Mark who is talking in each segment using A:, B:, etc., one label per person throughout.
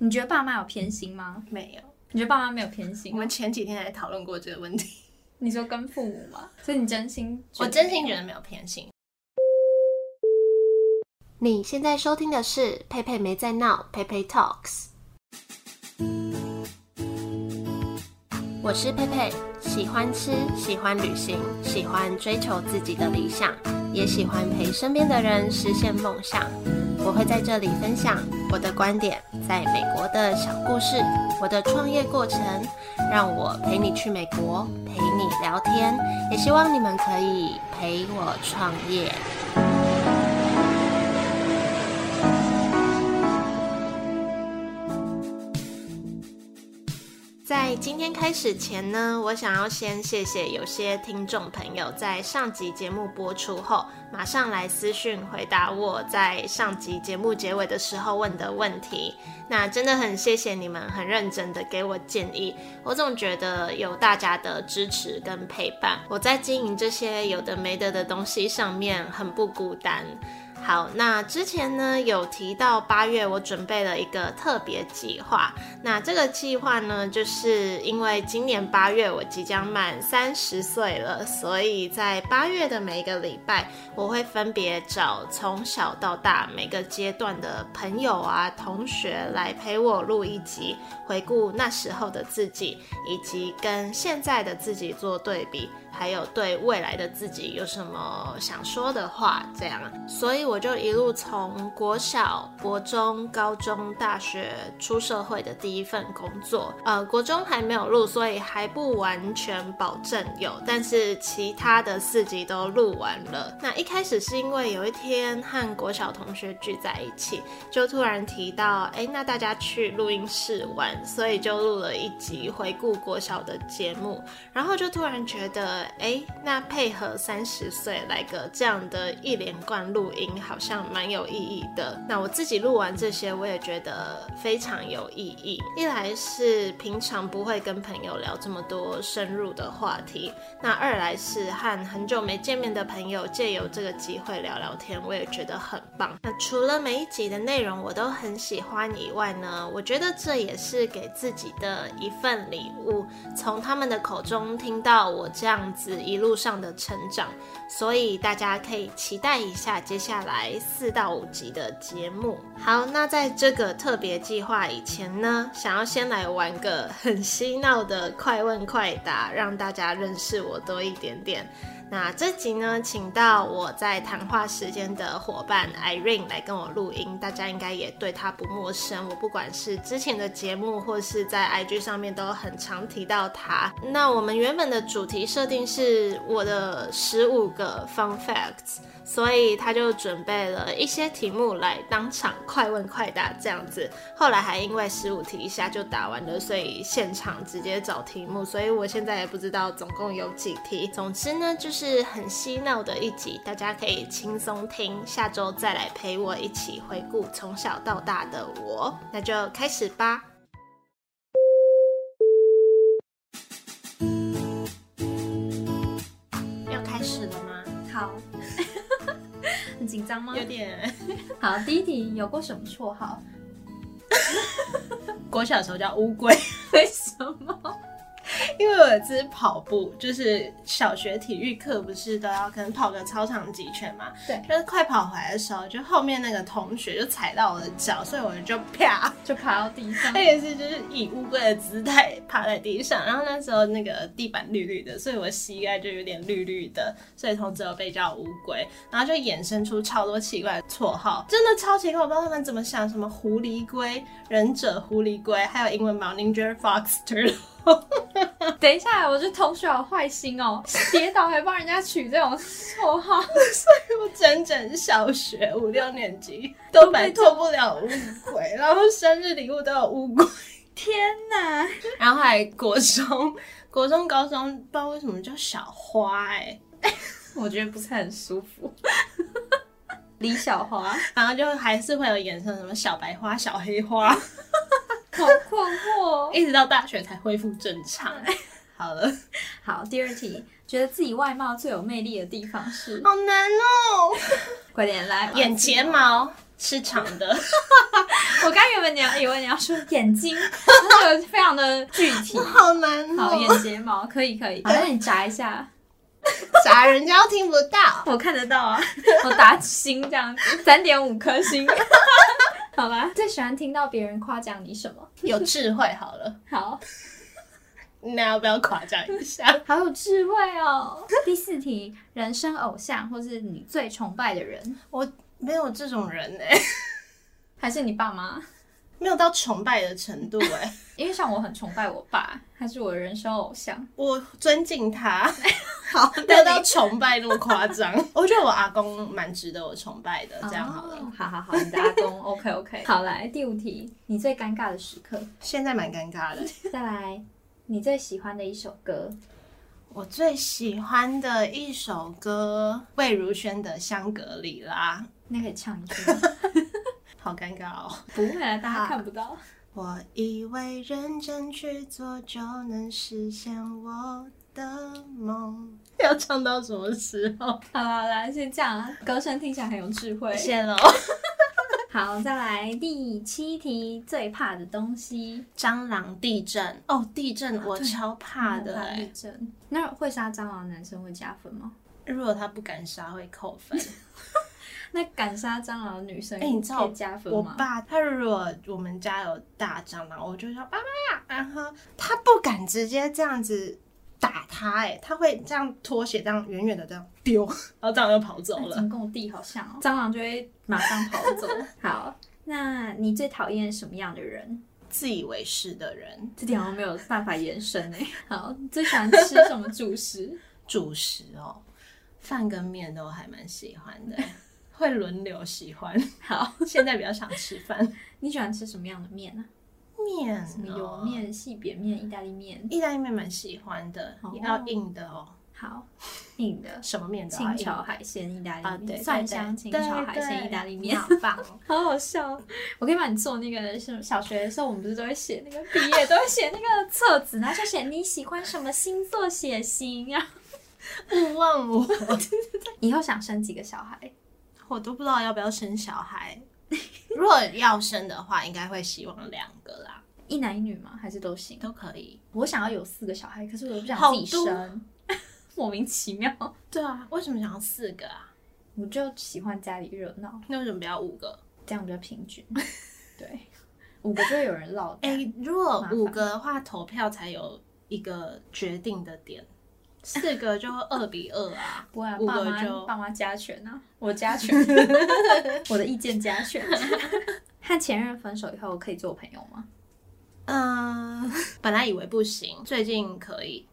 A: 你觉得爸妈有偏心吗？
B: 没有，
A: 你觉得爸妈没有偏心
B: 我
A: 吗？
B: 们前几天还讨论过这个问题。
A: 你说跟父母吗？所以你真心 觉
B: 我
A: 得，
B: 真心觉得没有偏心。
C: 你现在收听的是佩佩没在闹，佩佩 Talks。我是佩佩，喜欢吃，喜欢旅行，喜欢追求自己的理想，也喜欢陪身边的人实现梦想。我会在这里分享我的观点，在美国的小故事，我的创业过程，让我陪你去美国，陪你聊天，也希望你们可以陪我创业。在今天开始前呢，我想要先谢谢有些听众朋友在上集节目播出后，马上来私讯回答我在上集节目结尾的时候问的问题。那真的很谢谢你们，很认真的给我建议。我总觉得有大家的支持跟陪伴，我在经营这些有的没的的东西上面很不孤单。好，那之前呢有提到八月我准备了一个特别计划，那这个计划呢，就是因为今年八月我即将满三十岁了，所以在八月的每一个礼拜，我会分别找从小到大每个阶段的朋友啊、同学来陪我录一集，回顾那时候的自己，以及跟现在的自己做对比，还有对未来的自己有什么想说的话，这样。所以我就一路从国小、国中、高中、大学出社会的第一份工作，呃，国中还没有录，所以还不完全保证有，但是其他的四集都录完了。那一开始是因为有一天和国小同学聚在一起，就突然提到，哎，那大家去录音室玩，所以就录了一集回顾国小的节目。然后就突然觉得，哎，那配合三十岁来个这样的一连贯录音，好像蛮有意义的。那我自己录完这些，我也觉得非常有意义。一来是平常不会跟朋友聊这么多深入的话题，那二来是和很久没见面的朋友借由这个机会聊聊天，我也觉得很棒。那除了每一集的内容我都很喜欢以外呢，我觉得这也是给自己的一份礼物。从他们的口中听到我这样子一路上的成长，所以大家可以期待一下接下来四到五集的节目。好，那在这个特别计划以前呢，想要先来玩个很嬉闹的快问快答，让大家认识我多一点点。那这集呢，请到我在谈话时间的伙伴 Irene 来跟我录音，大家应该也对她不陌生。我不管是之前的节目，或是在 IG 上面都很常提到她。那我们原本的主题设定是我的十五个 Fun Facts，所以他就准备了一些题目来当场快问快答这样子。后来还因为十五题一下就答完了，所以现场直接找题目，所以我现在也不知道总共有几题。总之呢，就是很嬉闹的一集，大家可以轻松听，下周再来陪我一起回顾从小到大的我。那就开始吧。要开始了吗？
A: 好， 很紧张吗？
B: 有点，
A: 好，第一题有过什么绰号？
B: 国小的时候叫乌龟，
A: 为什么？
B: 因为我有一次跑步，就是小学体育课不是都要可能跑个操场几圈嘛，
A: 对
B: 就是快跑回来的时候，就后面那个同学就踩到我的脚，所以我就啪，
A: 就爬到地上
B: 他，也是就是以乌龟的姿态趴在地上，然后那时候那个地板绿绿的，所以我膝盖就有点绿绿的，所以从此有被叫乌龟，然后就衍生出超多奇怪的绰号，真的超奇怪，我不知道他们怎么想，什么狐狸龟、忍者狐狸龟，还有英文猫 Ninja Fox Turtle。
A: 等一下，我这同学好坏心哦，跌倒还帮人家取这种绰号，
B: 我整整小学五六年级都摆脱不了乌龟，然后生日礼物都有乌龟，
A: 天哪！
B: 然后还国中、国中、高中，不知道为什么叫小花哎、
A: 我觉得不是很舒服。李小华，
B: 然后就还是会有衍生什么小白花、小黑花，
A: 好困惑哦。
B: 一直到大学才恢复正常。欸好了，
A: 好，第二题，觉得自己外貌最有魅力的地方 是？
B: 好难哦，
A: 快点来，
B: 眼睫毛是长的，
A: 我刚原本你要以为你要说眼 睛，那个非常的具体。
C: 好难
A: 好，
C: 哦，
A: 眼睫毛可以可以，好那你眨一下，
C: 啥人家又听不到。
A: 我看得到 啊，我打星这样子，三点五颗星。 好吧，最喜欢听到别人夸奖你什么？
C: 有智慧好了，
A: 好，
C: 那要不要夸奖一下？
A: 好有智慧哦。第四题，人生偶像或是你最崇拜的人，
C: 没有这种人哎、
A: 还是你爸妈？
C: 没有到崇拜的程 度哎、
A: 因为像我很崇拜我爸，他是我的人生偶像。
C: 我尊敬他， 好，没
A: 那
C: 有
A: 你
C: 到崇拜那么夸 张。我觉得我阿公蛮值得我崇拜的，这样好了。
A: 哦好好好，你打工 ，OK OK。好，来第五题，你最尴尬的时刻。
C: 现在蛮尴尬的。
A: 再来，你最喜欢的一首歌。
C: 我最喜欢的一首歌，魏如萱的《香格里拉
A: 那可以唱一句吗？》，
C: 好尴尬哦。
A: 不会啦，大家看不到。
C: 我以为认真去做就能实现我的梦。 要唱到什么时候？
A: 好啦，好啦，先这样啊，歌声听起来很有智慧。
C: 谢喽。
A: 好，再来第七题，最怕的东西。
C: 蟑螂、地震哦，地震我
A: 对
C: 超怕的
A: 怕地
C: 哎、
A: 震。那会杀蟑螂的男生会加分吗？
C: 如果他不敢杀，会扣分。
A: 那敢杀蟑螂的女生，
C: 哎、你知道
A: 可以加分
C: 我
A: 吗？
C: 爸他如果我们家有大蟑螂，我就说爸爸，然后他不敢直接这样子打他、哎，他会这样拖鞋这样远远的这样丢， 然后蟑螂就跑走
A: 那
C: 了。
A: 怎么跟我弟好像哦？哎蟑螂就会马上跑走。 好，那你最讨厌什么样的人？
C: 自以为是的人，
A: 这点好像没有办法延伸哎。 好，你最喜欢吃什么主食？
C: 主食哦，饭跟面都还蛮喜欢的、 哎会轮流喜欢。
A: 好，
C: 现在比较想吃 饭，
A: 你喜欢吃什么样的面呢、
C: 面、哦、
A: 什么油、面、细扁面、意大利面？
C: 意大利面蛮喜欢的，
A: 哦
C: 要硬的哦，
A: 好，硬的
C: 什么面都要
A: 清
C: 硬
A: 炒海鲜意大利面，
C: 啊，对，
A: 蒜
C: 对
A: 香
C: 对
A: 清炒
C: 对
A: 海鲜
C: 对
A: 意大利面。
C: 好棒哦！
A: 好好笑！我可以帮你做那个，是小学的时候，我们不是都会写那个毕业，都会写那个册子，然后就写你喜欢什么星座血型，啊然后
C: 勿忘我，
A: 以后想生几个小孩？
C: 我都不知道要不要生小孩。如果要生的话，应该会希望两个啦，
A: 一男一女吗？还是都行？
C: 都可以。
A: 我想要有四个小孩，可是我又不想
C: 好
A: 自己
C: 多
A: 生，莫名其妙。
C: 对啊，为什么想要四个啊？
A: 我就喜欢家里热闹，
C: 那为什么不要五个？
A: 这样比较平均。 对，五个就会有人落
C: 哎、
A: 单。
C: 如果
A: 麻烦，
C: 五个的话，投票才有一个决定的点，四个就二比二啊
A: 不会啊，
C: 五
A: 爸
C: 个
A: 妈
C: 就
A: 爸妈加权啊，我加权，我的意见加权。 和前任分手以后可以做朋友吗？
C: 嗯、本来以为不行，最近可以，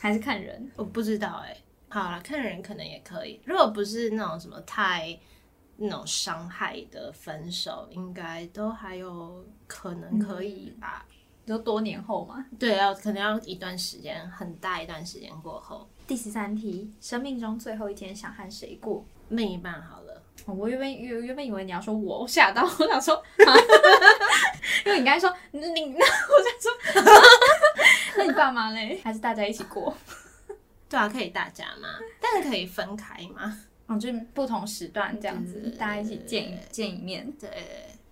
A: 还是看人？
C: 我不知道哎、好了，看人可能也可以。如果不是那种什么太那种伤害的分手，应该都还有可能可以吧？
A: 你说多年后吗？
C: 对，要可能要一段时间，很大一段时间过后，
A: 第十三题，生命中最后一天想和谁过？
C: 另一半好了。
A: 哦我原本原原本以为你要说我，我吓到，我想说，啊因为你刚才说你，你我想说， 那你爸妈嘞？还是大家一起过？
C: 对啊，可以大家嘛，但是可以分开嘛。
A: 哦，就是不同时段这样子，
C: 对
A: 大家一起见一见一面。
C: 对，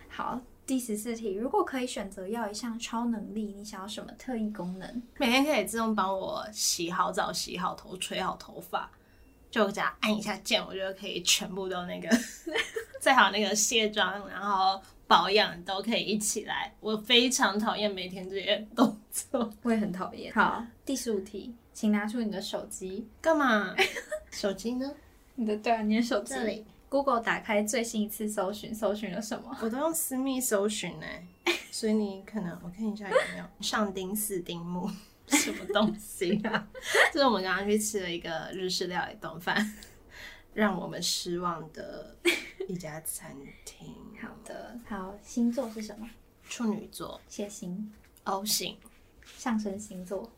A: 好，第十四题，如果可以选择要一项超能力，你想要什么特异功能？
C: 每天可以自动帮我洗好澡、洗好头、吹好头发，就只要按一下键，我就可以全部都那个， 最好那个卸妆，然后保养都可以一起来。我非常讨厌每天这些动作，
A: 我也很讨厌。好，第十五题，请拿出你的手机，
C: 干嘛？手机呢？
A: 你的对啊，你的手机
C: 这里
A: Google 打开最新一次搜寻，搜寻了什么？
C: 我都用私密搜寻呢、欸 所以你可能我看一下有没有上丁四丁 目。什么东西啊？这是我们刚刚去吃了一个日式料理冻饭，让我们失望的一家餐 厅。
A: 好的，好，星座是什么？
C: 处女座、
A: 血型、
C: O 型、
A: 上升星座。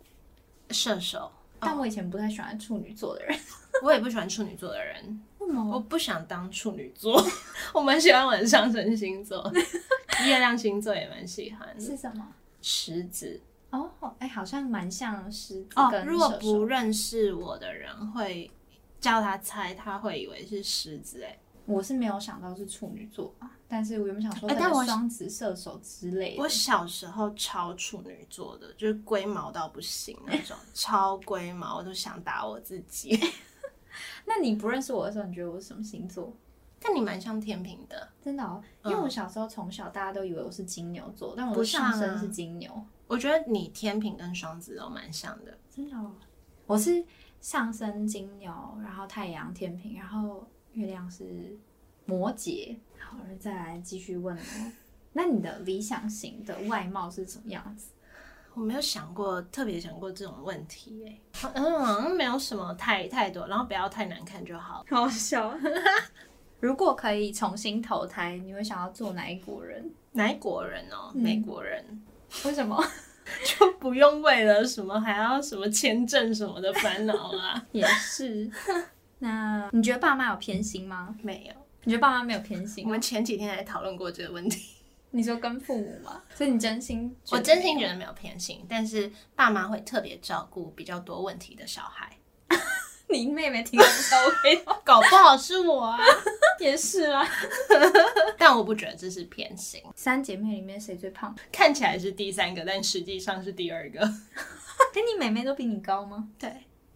C: 射手，
A: 但我以前不太喜欢处女座的人，
C: 我也不喜欢处女座的人，
A: 为 什么
C: 我不想当处女座。 我蛮喜欢我的上升星座， 月亮星座也蛮喜欢的。
A: 是什么？
C: 狮子
A: 哦，哎、好像蛮像狮子
C: 哦
A: 跟射，手。
C: 如果不认识我的人会叫他猜，他会以为是狮子、哎，
A: 我是没有想到是处女座啊，但是我原本想说，
C: 哎但我
A: 双子、射手之类的
C: 我，小时候超处女座的，就是龟毛到不行那 种，超龟毛，我都想打我自己。
A: 那你不认识我的时候，你觉得我是什么星座？
C: 但你蛮像天平的，
A: 真的哦，因
C: 嗯
A: 为我小时候从小大家都以为我是金牛座，但我
C: 不
A: 的
C: 像啊
A: 上升是金牛，
C: 我觉得你天平跟双子都蛮像的。
A: 真的哦，我是上升金牛，然后太阳天平，然后月亮是摩羯。好，那再来继续问哦， 那你的理想型的外貌是什么样子？
C: 我没有想过特别想过这种问题耶、嗯，好像没有什么太太多，然后不要太难看就好。
A: 好笑。 如果可以重新投胎，你会想要做哪一国人？
C: 哪一国人哦？
A: 嗯
C: 美国人
A: 为什么？
C: 就不用为了什么还要什么签证什么的烦恼啊啦。
A: 也 是。那你觉得爸妈有偏心吗？
C: 没有，
A: 你觉得爸妈没有偏心啊
C: 我
A: 吗？
C: 们前几天还讨论过这个问题。
A: 你说跟父母吗？所以你真心觉
C: 我
A: 得，
C: 真心觉得没有偏心，但是爸妈会特别照顾比较多问题的小孩，
A: 你妹妹听到不到位，
C: 哦搞不好是我啊。
A: 也是啦。
C: 但我不觉得这是偏心，
A: 三姐妹里面谁最胖？
C: 看起来是第三个，但实际上是第二个。
A: 哎，你妹妹都比你高吗？
C: 对，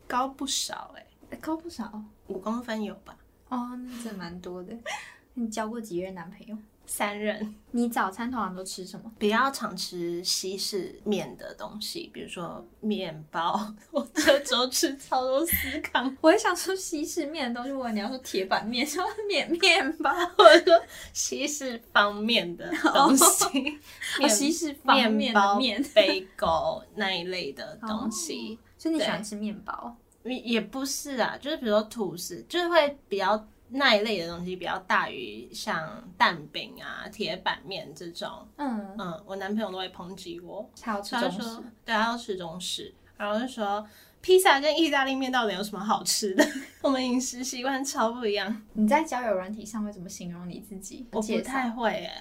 C: 高不少哎、
A: 哎高不少
C: 五公分有吧？
A: 哦，那真蛮多的。 你交过几任男朋友？
C: 三人
A: 你早餐通常都吃什么？
C: 比较常吃西式面的东西，比如说面包。 我这周吃超多司康，
A: 我也想说西式面的东西，我以为你要说铁板面， 说面面包，
C: 我说西式方面 的东西，
A: 哦，西式方
C: 面
A: 面
C: 包
A: 的、面。
C: 杯狗那一类的东西。
A: 所以你
C: 对
A: 喜欢吃面包？
C: 也也不是啊，就是比如说吐司，就是会比较那一类的东西比较大于像蛋饼啊、铁板面这种。
A: 嗯，
C: 嗯，我男朋友都会抨击我，
A: 还有吃
C: 他就
A: 中式
C: 说。对，他要吃中式，然后就说披萨跟意大利面到底有什么好吃的？ 我们饮食习惯超不一样，
A: 你在交友软体上会怎么形容你自己？
C: 我不
A: 介绍
C: 太会诶、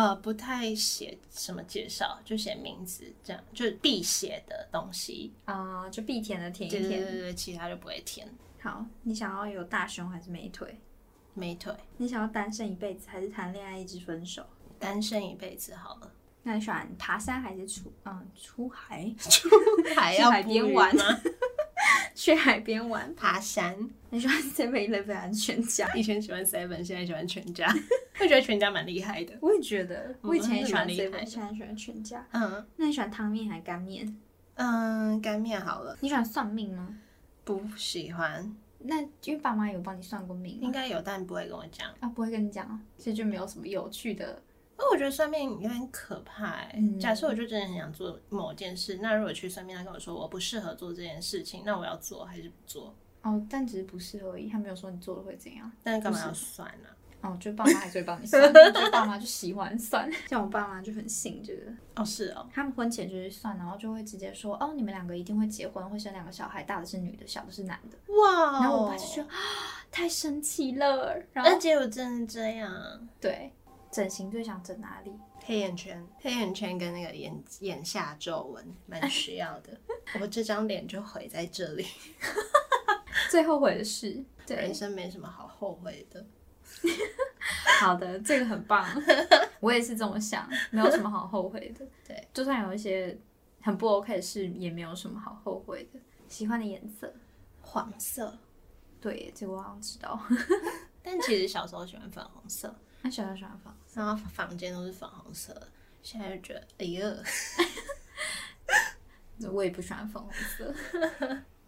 C: 呃，不太写什么介绍，就写名字这样，就是必写的东西。
A: 啊、就必填的填
C: 对
A: 一
C: 对对
A: 填。
C: 对，对其他就不会填。
A: 好，你想要有大胸还是美腿？
C: 美腿，
A: 你想要单身一辈子还是谈恋爱一直分手？
C: 单身一辈子好了。
A: 那你喜欢爬山还是出嗯出海？
C: 还
A: 去海边玩
C: 吗？
A: 去海边玩？
C: 爬山。
A: 你喜欢 Seven Eleven 还是全家？
C: 以前喜欢 Seven，现在喜欢全家， 会觉得全家蛮厉害的。
A: 我也觉得，我以前也喜欢
C: 嗯那蛮厉害
A: Seven，
C: 的
A: 现在喜欢全家。
C: 嗯
A: 那你喜欢汤面还是干面？
C: 嗯，干面好了，
A: 你喜欢算命吗？
C: 不喜欢，
A: 那因为爸妈有帮你算过命
C: 应
A: 吗？
C: 该有，但不会跟我讲。
A: 啊，不会跟你讲，所以就没有什么有趣的。
C: 因为哦我觉得算命有点可怕、欸。
A: 嗯
C: 假设我就真的很想做某件事，那如果去算命，他跟我说我不适合做这件事情，那我要做还是不做？
A: 哦，但只是不适合而已，他没有说你做了会怎样。
C: 但是干嘛要算啊呢、
A: 哦，就爸妈还是会帮你 算，我觉得爸妈就喜欢算，像我爸妈就很信这个，
C: 哦，是哦，
A: 他们婚前就是算，然后就会直接说，哦，你们两个一定会结婚，会生两个小孩，大的是女的，小的是男的。
C: 哇哦
A: 然后我爸就说，啊，太神奇了。然
C: 那
A: 后
C: 结果真的这样。
A: 对，整形最想整哪里？
C: 黑眼圈，黑眼圈跟那个眼眼下皱纹蛮需要的。 我这张脸就毁在这里，
A: 最后悔的事。对
C: 人，生没什么好后悔的。
A: 好的，这个很棒，我也是这么想，没有什么好后悔的。
C: 对，
A: 就算有一些很不 OK 的事，也没有什么好后悔的。喜欢的颜色，
C: 黄色，
A: 对，这个我好像知道。
C: 但其实小时候喜欢粉红色，
A: 那小小喜欢放。
C: 然后房间都是粉红色的，现在就觉得哎呀，
A: 我也不喜欢粉红色，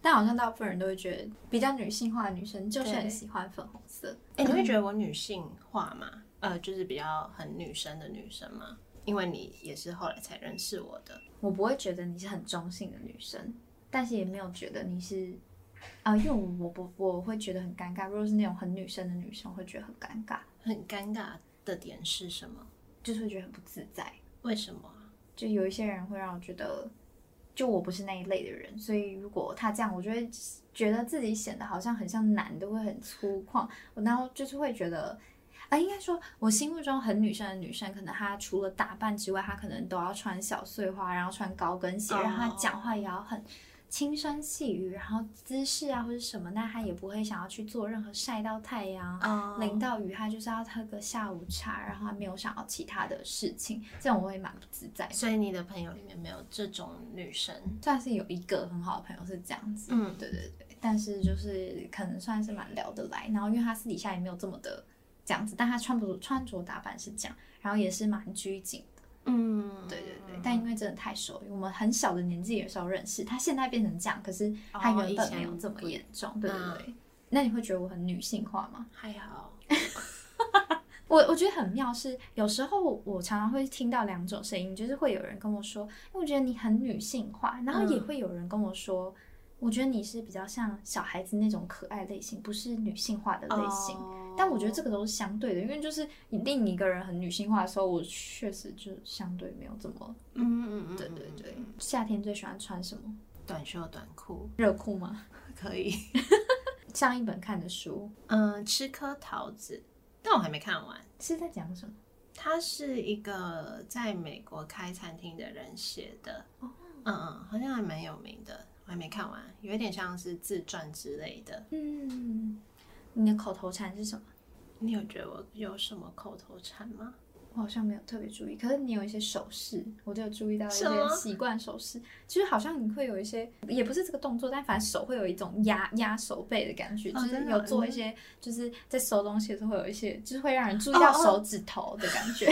A: 但好像大部分人都会觉得比较女性化的女生就是很喜欢粉红色。
C: 哎、你会觉得我女性化吗？呃，就是比较很女生的女生吗？因为你也是后来才认识我的，
A: 我不会觉得你是很中性的女生，但是也没有觉得你是啊、因为我不我会觉得很尴尬。如果是那种很女生的女生，我会觉得很尴尬，
C: 很尴尬的点是什么？
A: 就是会觉得很不自在。
C: 为什么啊？
A: 就有一些人会让我觉得，就我不是那一类的人，所以如果他这样，我就会觉得自己显得好像很像男的，会很粗犷，我然后就是会觉得。啊，应该说，我心目中很女生的女生，可能她除了打扮之外，她可能都要穿小碎花，然后穿高跟鞋，
C: 哦
A: 然后她讲话也要很轻声细语，然后姿势啊或者什么，那他也不会想要去做任何晒到太阳、啊
C: 哦
A: 淋到雨，他就是要喝个下午茶，然后他没有想要其他的事情，这种我会蛮不自在的。
C: 所
A: 所以
C: 以你的朋友里面没有这种女生，
A: 算是有一个很好的朋友是这样子，
C: 嗯
A: 对对对，但是就是可能算是蛮聊得来，然后因为他私底下也没有这么的这样子，但他穿着穿着打扮是这样，然后也是蛮拘谨的，
C: 嗯，
A: 对对对，但因为真的太熟，我们很小的年纪的时候认识，他现在变成这样，可是他
C: 哦
A: 原
C: 以
A: 本
C: 前
A: 没有这么
C: 不
A: 严重，对对
C: 嗯
A: 对。那你会觉得我很女性化吗？
C: 还好，
A: 我我觉得很妙是，有时候我常常会听到两种声音，就是会有人跟我说，因为我觉得你很女性化，然后也
C: 嗯
A: 会有人跟我说，我觉得你是比较像小孩子那种可爱类型，不是女性化的类型。
C: 哦
A: 但我觉得这个都是相对的，因为就是你另一个人很女性化的时候，我确实就相对没有这么。
C: 嗯嗯嗯，
A: 对对对，夏天最喜欢穿什么？
C: 短袖短裤
A: 热 裤吗？
C: 可以，
A: 上一本看的书
C: 嗯，
B: 吃
C: 吃
B: 颗桃子，但我还没看完。
A: 是在讲什么？
B: 他是一个在美国开餐厅的人写的，
A: 哦
B: 嗯嗯，好像还蛮有名的，我还没看完，有一点像是自传之类的。
A: 嗯，你的口头禅是什么？
B: 你有觉得我有什么口头禅吗？
A: 我好像没有特别注意，可是你有一些手势，我都有注意到一
B: 什么
A: 些习惯手势，就是好像你会有一些，也不是这个动作，但反正手会有一种压压手背的感觉，
B: 哦
A: 就
B: 真
A: 是
B: 的
A: 有做
B: 嗯
A: 一些，就是在收东西的时候会有一些，就是会让人注意到
B: 哦哦
A: 手指头的感觉，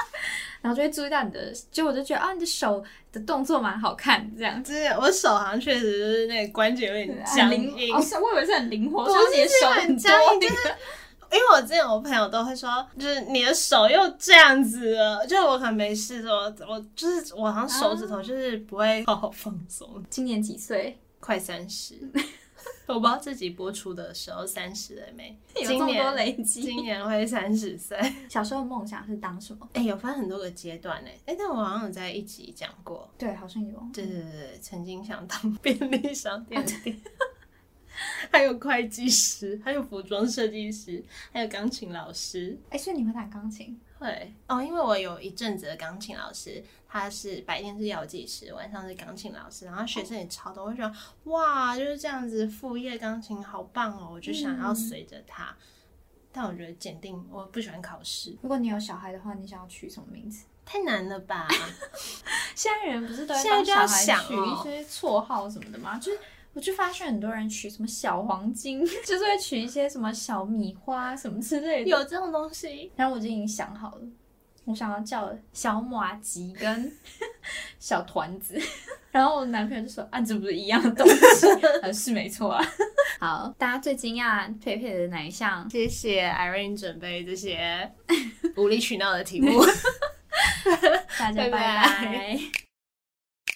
A: 然后就会注意到你的，就我就觉得啊，你的手的动作蛮好看，这样。
B: 就是啊我手好像确实就是那个关节有点僵
A: 很
B: 硬
A: 灵，哦，，是我以为是很灵活，
B: 不
A: 像你的
B: 是是
A: 手
B: 很
A: 很
B: 僵硬
A: 多，
B: 就是因为我之前我朋友都会说，就是你的手又这样子了，就我可能没事做，我就是我好像手指头就是不会好好放松，
A: 今年几岁？
B: 快三十。我不知道自己播出的时候三十了没，
A: 有这
B: 今
A: 么多
B: 年
A: 累积。
B: 今年会三十岁。哎、
A: 小时候的梦想是当什么？
B: 有分很多个阶段哎、哎、但我好像有在一集讲过，
A: 对，好像有。
B: 对对对对，曾经想当便利商店店，还有会计师，还有服装设计师，还有钢琴老师。
A: 哎，所以你会弹钢琴？
B: 会哦，因为我有一阵子的钢琴老师，他是白天是药剂师，晚上是钢琴老师，然后学生也超多，我就觉得哇，就是这样子副业钢琴好棒哦，我就想要随着他。但我觉得检定我不喜欢考试，
A: 如果你有小孩的话，你想要取什么名字？
B: 太难了吧？
A: 现在人不是都会
B: 现在
A: 帮
B: 就
A: 小
B: 要
A: 孩
B: 想
A: 取
B: 哦
A: 一些绰号什么的吗？就是我就发现很多人取什么小黄金， 就是会取一些什么小米花什么之类的。
B: 有这种东西？
A: 然后我就已经想好了，我想要叫小马吉跟小团子。 然后我男朋友就说：“啊，这不是一样的东西？” 啊，是没错啊。 好，大家最惊讶佩佩的哪一项？
B: 谢谢 Irene 准备这 些无理取闹的题目。
A: 大家
B: 拜
A: 拜
B: 拜
A: 拜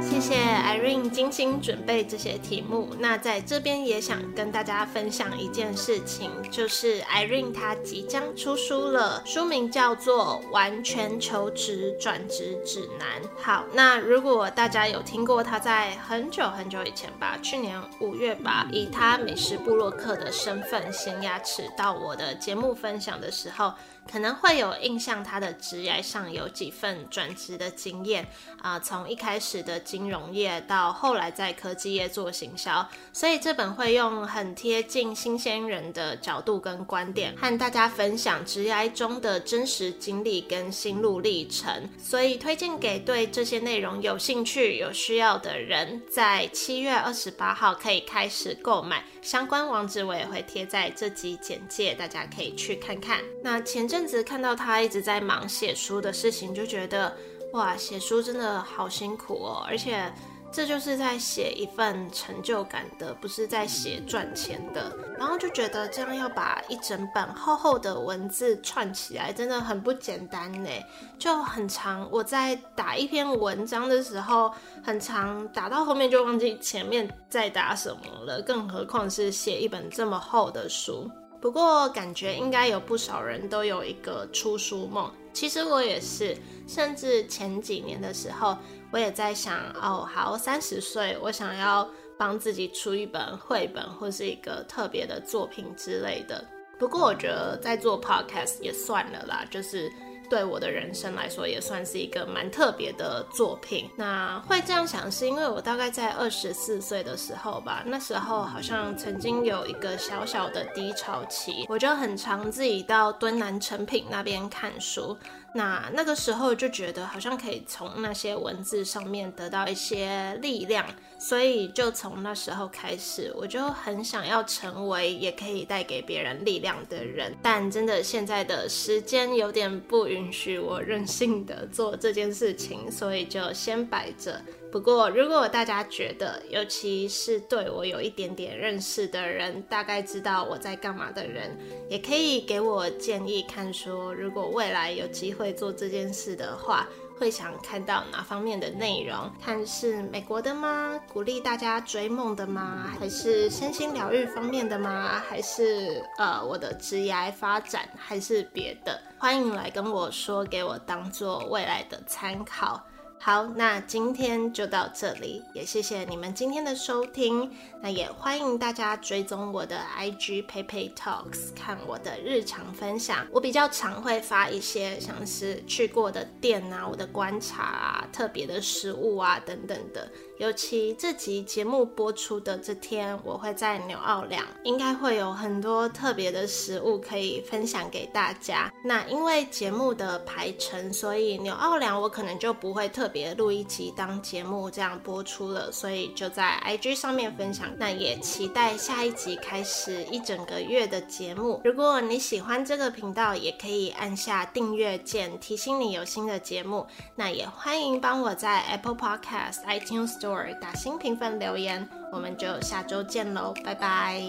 C: 谢谢 Irene 精心准备这些题目。那在这边也想跟大家分享一件事情，就是 Irene 她即将出书了，书名叫做《完全求职转职指南》。好，那如果大家有听过她在很久很久以前吧，去年五月吧，以她美食部落客的身份先牙齿到我的节目分享的时候，可能会有印象，她的职业上有几份转职的经验。啊、从一开始的金融业到后来在科技业做行销，所以这本会用很贴近新鲜人的角度跟观点，和大家分享职涯中的真实经历跟心路历程，所以推荐给对这些内容有兴趣、有需要的人，在七月二十八号可以开始购买，相关网址我也会贴在这集简介，大家可以去看看。那前阵子看到他一直在忙写书的事情，就觉得。哇，写书真的好辛苦哦，而且这就是在写一份成就感的，不是在写赚钱的。然后就觉得这样要把一整本厚厚的文字串起来，真的很不简单呢。就很长，我在打一篇文章的时候，很长打到后面就忘记前面在打什么了，更何况是写一本这么厚的书。不过感觉应该有不少人都有一个出书梦，其实我也是，甚至前几年的时候，我也在想，哦，好，三十岁，我想要帮自己出一本绘本或是一个特别的作品之类的。不过我觉得在做 podcast 也算了啦，就是对我的人生来说也算是一个蛮特别的作品。那会这样想，是因为我大概在二十四岁的时候吧，那时候好像曾经有一个小小的低潮期，我就很常自己到敦南成品那边看书。那那个时候就觉得好像可以从那些文字上面得到一些力量，所以就从那时候开始，我就很想要成为也可以带给别人力量的人。但真的现在的时间有点不允许我任性的做这件事情，所以就先摆着。不过，如果大家觉得，尤其是对我有一点点认识的人，大概知道我在干嘛的人，也可以给我建议，看说如果未来有机会做这件事的话，会想看到哪方面的内容？看是美国的吗？鼓励大家追梦的吗？还是身心疗愈方面的吗？还是呃我的职业发展，还是别的？欢迎来跟我说，给我当做未来的参考。好，那今天就到这里，也谢谢你们今天的收听。那也欢迎大家追踪我的 IG p a y p a y Talks，看我的日常分享。我比较常会发一些像是去过的店啊、我的观察啊、特别的食物啊等等的。尤其这集节目播出的这天，我会在纽奥良，应该会有很多特别的食物可以分享给大家。那因为节目的排程，所以纽奥良我可能就不会特别录一集当节目这样播出了，所以就在 IG 上面分享。那也期待下一集开始一整个月的节目。如果你喜欢这个频道，也可以按下订阅键，提醒你有新的节目。那也欢迎帮我在 Apple Podcast、iTunes Store。打新评分留言，我们就下周见喽，拜拜。